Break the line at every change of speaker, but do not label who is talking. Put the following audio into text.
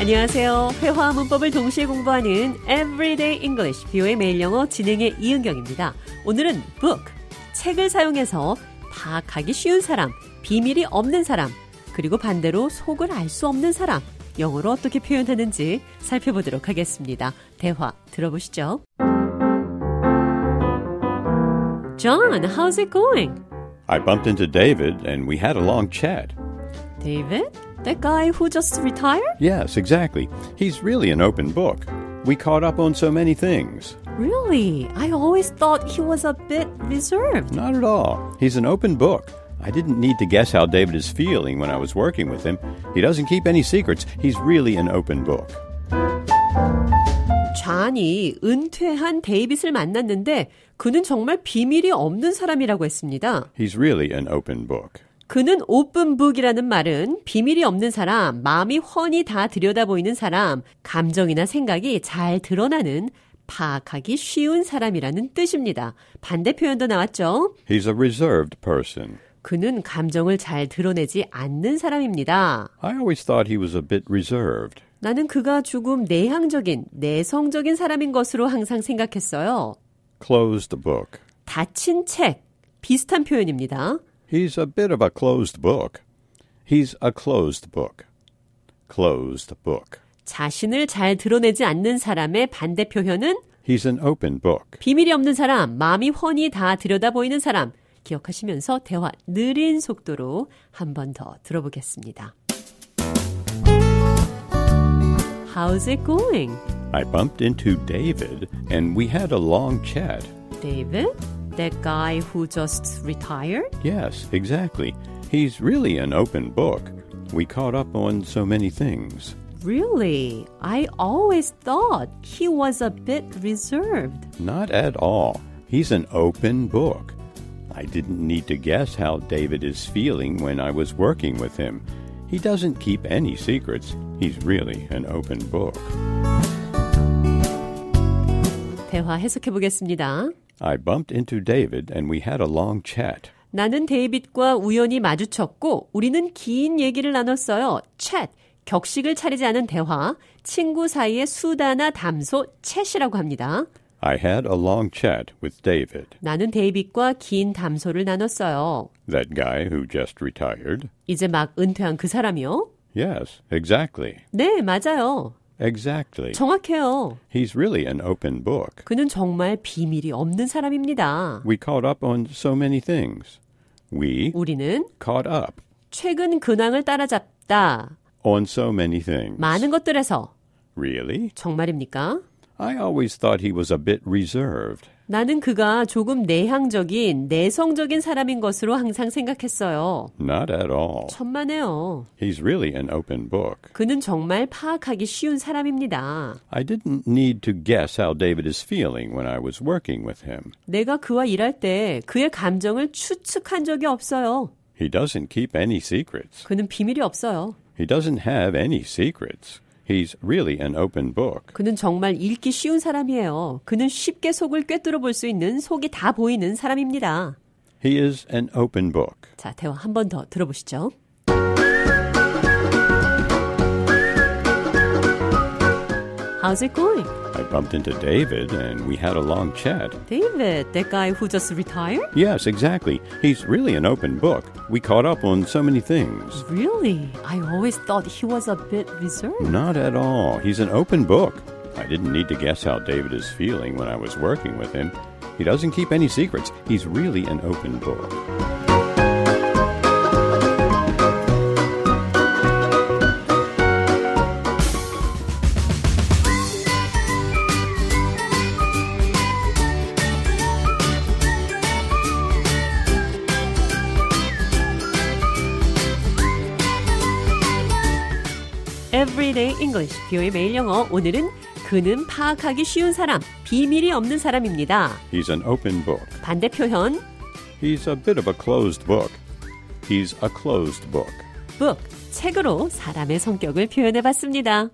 안녕하세요. 회화와 문법을 동시에 공부하는 Everyday English 뷰의 매일 영어 진행의 이은경입니다. 오늘은 book, 책을 사용해서 다 가기 쉬운 사람, 비밀이 없는 사람, 그리고 반대로 속을 알 수 없는 사람, 영어로 어떻게 표현하는지 살펴보도록 하겠습니다. 대화 들어보시죠. John, how's it going?
I bumped into David and we had a long chat.
David? That guy who just retired?
Yes, exactly. He's really an open book. We caught up on so many things.
Really? I always thought he was a bit reserved.
Not at all. He's an open book. I didn't need to guess how David is feeling when I was working with him. He doesn't keep any secrets. He's really an open book.
좌니 은퇴한 데이빗을 만났는데 그는 정말 비밀이 없는 사람이라고 했습니다.
He's really an open book.
그는 오픈북이라는 말은 비밀이 없는 사람, 마음이 훤히 다 들여다보이는 사람, 감정이나 생각이 잘 드러나는 파악하기 쉬운 사람이라는 뜻입니다. 반대 표현도 나왔죠?
He's a reserved person.
그는 감정을 잘 드러내지 않는 사람입니다.
I always thought he was a bit reserved.
나는 그가 조금 내향적인, 내성적인 사람인 것으로 항상 생각했어요.
Closed book.
닫힌 책. 비슷한 표현입니다.
He's a bit of a closed book. He's a closed book. Closed book.
자신을 잘 드러내지 않는 사람의 반대 표현은
He's an open book.
비밀이 없는 사람, 마음이 훤히 다 들여다 보이는 사람. 기억하시면서 대화 느린 속도로 한 번 더 들어보겠습니다. How's it going,
I bumped into David and we had a long chat.
David? That guy who just retired?
Yes, exactly. He's really an open book. We caught up on so many things.
Really? I always thought he was a bit reserved.
Not at all. He's an open book. I didn't need to guess how David is feeling when I was working with him. He doesn't keep any secrets. He's really an open book.
대화 해석해 보겠습니다.
I bumped into David and we had a long chat.
나는 데이빗과 우연히 마주쳤고 우리는 긴 얘기를 나눴어요. 챗, 격식을 차리지 않은 대화, 친구 사이의 수다나 담소 챗이라고 합니다.
I had a long chat with David,
나는 데이빗과 긴 담소를 나눴어요.
that guy who just retired.
이제 막 은퇴한 그 사람이요?
Yes, exactly.
네, 맞아요.
Exactly.
정확해요.
He's really an open book.
그는 정말 비밀이 없는 사람입니다.
We caught up on so many things. We
우리는
caught up
최근 근황을 따라잡다.
on so many things.
많은 것들에서
Really?
정말입니까?
I always thought he was a bit reserved.
나는 그가 조금 내향적인, 내성적인 사람인 것으로 항상 생각했어요.
Not at all.
천만에요.
He's really an open book.
그는 정말 파악하기 쉬운 사람입니다.
I didn't need to guess how David is feeling when I was working with him.
내가 그와 일할 때 그의 감정을 추측한 적이 없어요.
He doesn't keep any secrets.
그는 비밀이 없어요.
He doesn't have any secrets. He's really an open book.
그는 정말 읽기 쉬운 사람이에요. 그는 쉽게 속을 꿰뚫어 볼 수 있는 속이 다 보이는 사람입니다.
He is an open book.
자, 대화 한 번 더 들어보시죠. How's it going?
I bumped into David and we had a long chat.
David, that guy who just retired?
Yes, exactly. He's really an open book. We caught up on so many things.
Really? I always thought he was a bit reserved.
Not at all. He's an open book. I didn't need to guess how David is feeling when I was working with him. He doesn't keep any secrets. He's really an open book.
Everyday English, 뷰의 매일 영어. 오늘은 그는 파악하기 쉬운 사람, 비밀이 없는 사람입니다.
He's an open book.
반대 표현,
He's a bit of a closed book. He's a closed book.
book, 책으로 사람의 성격을 표현해 봤습니다.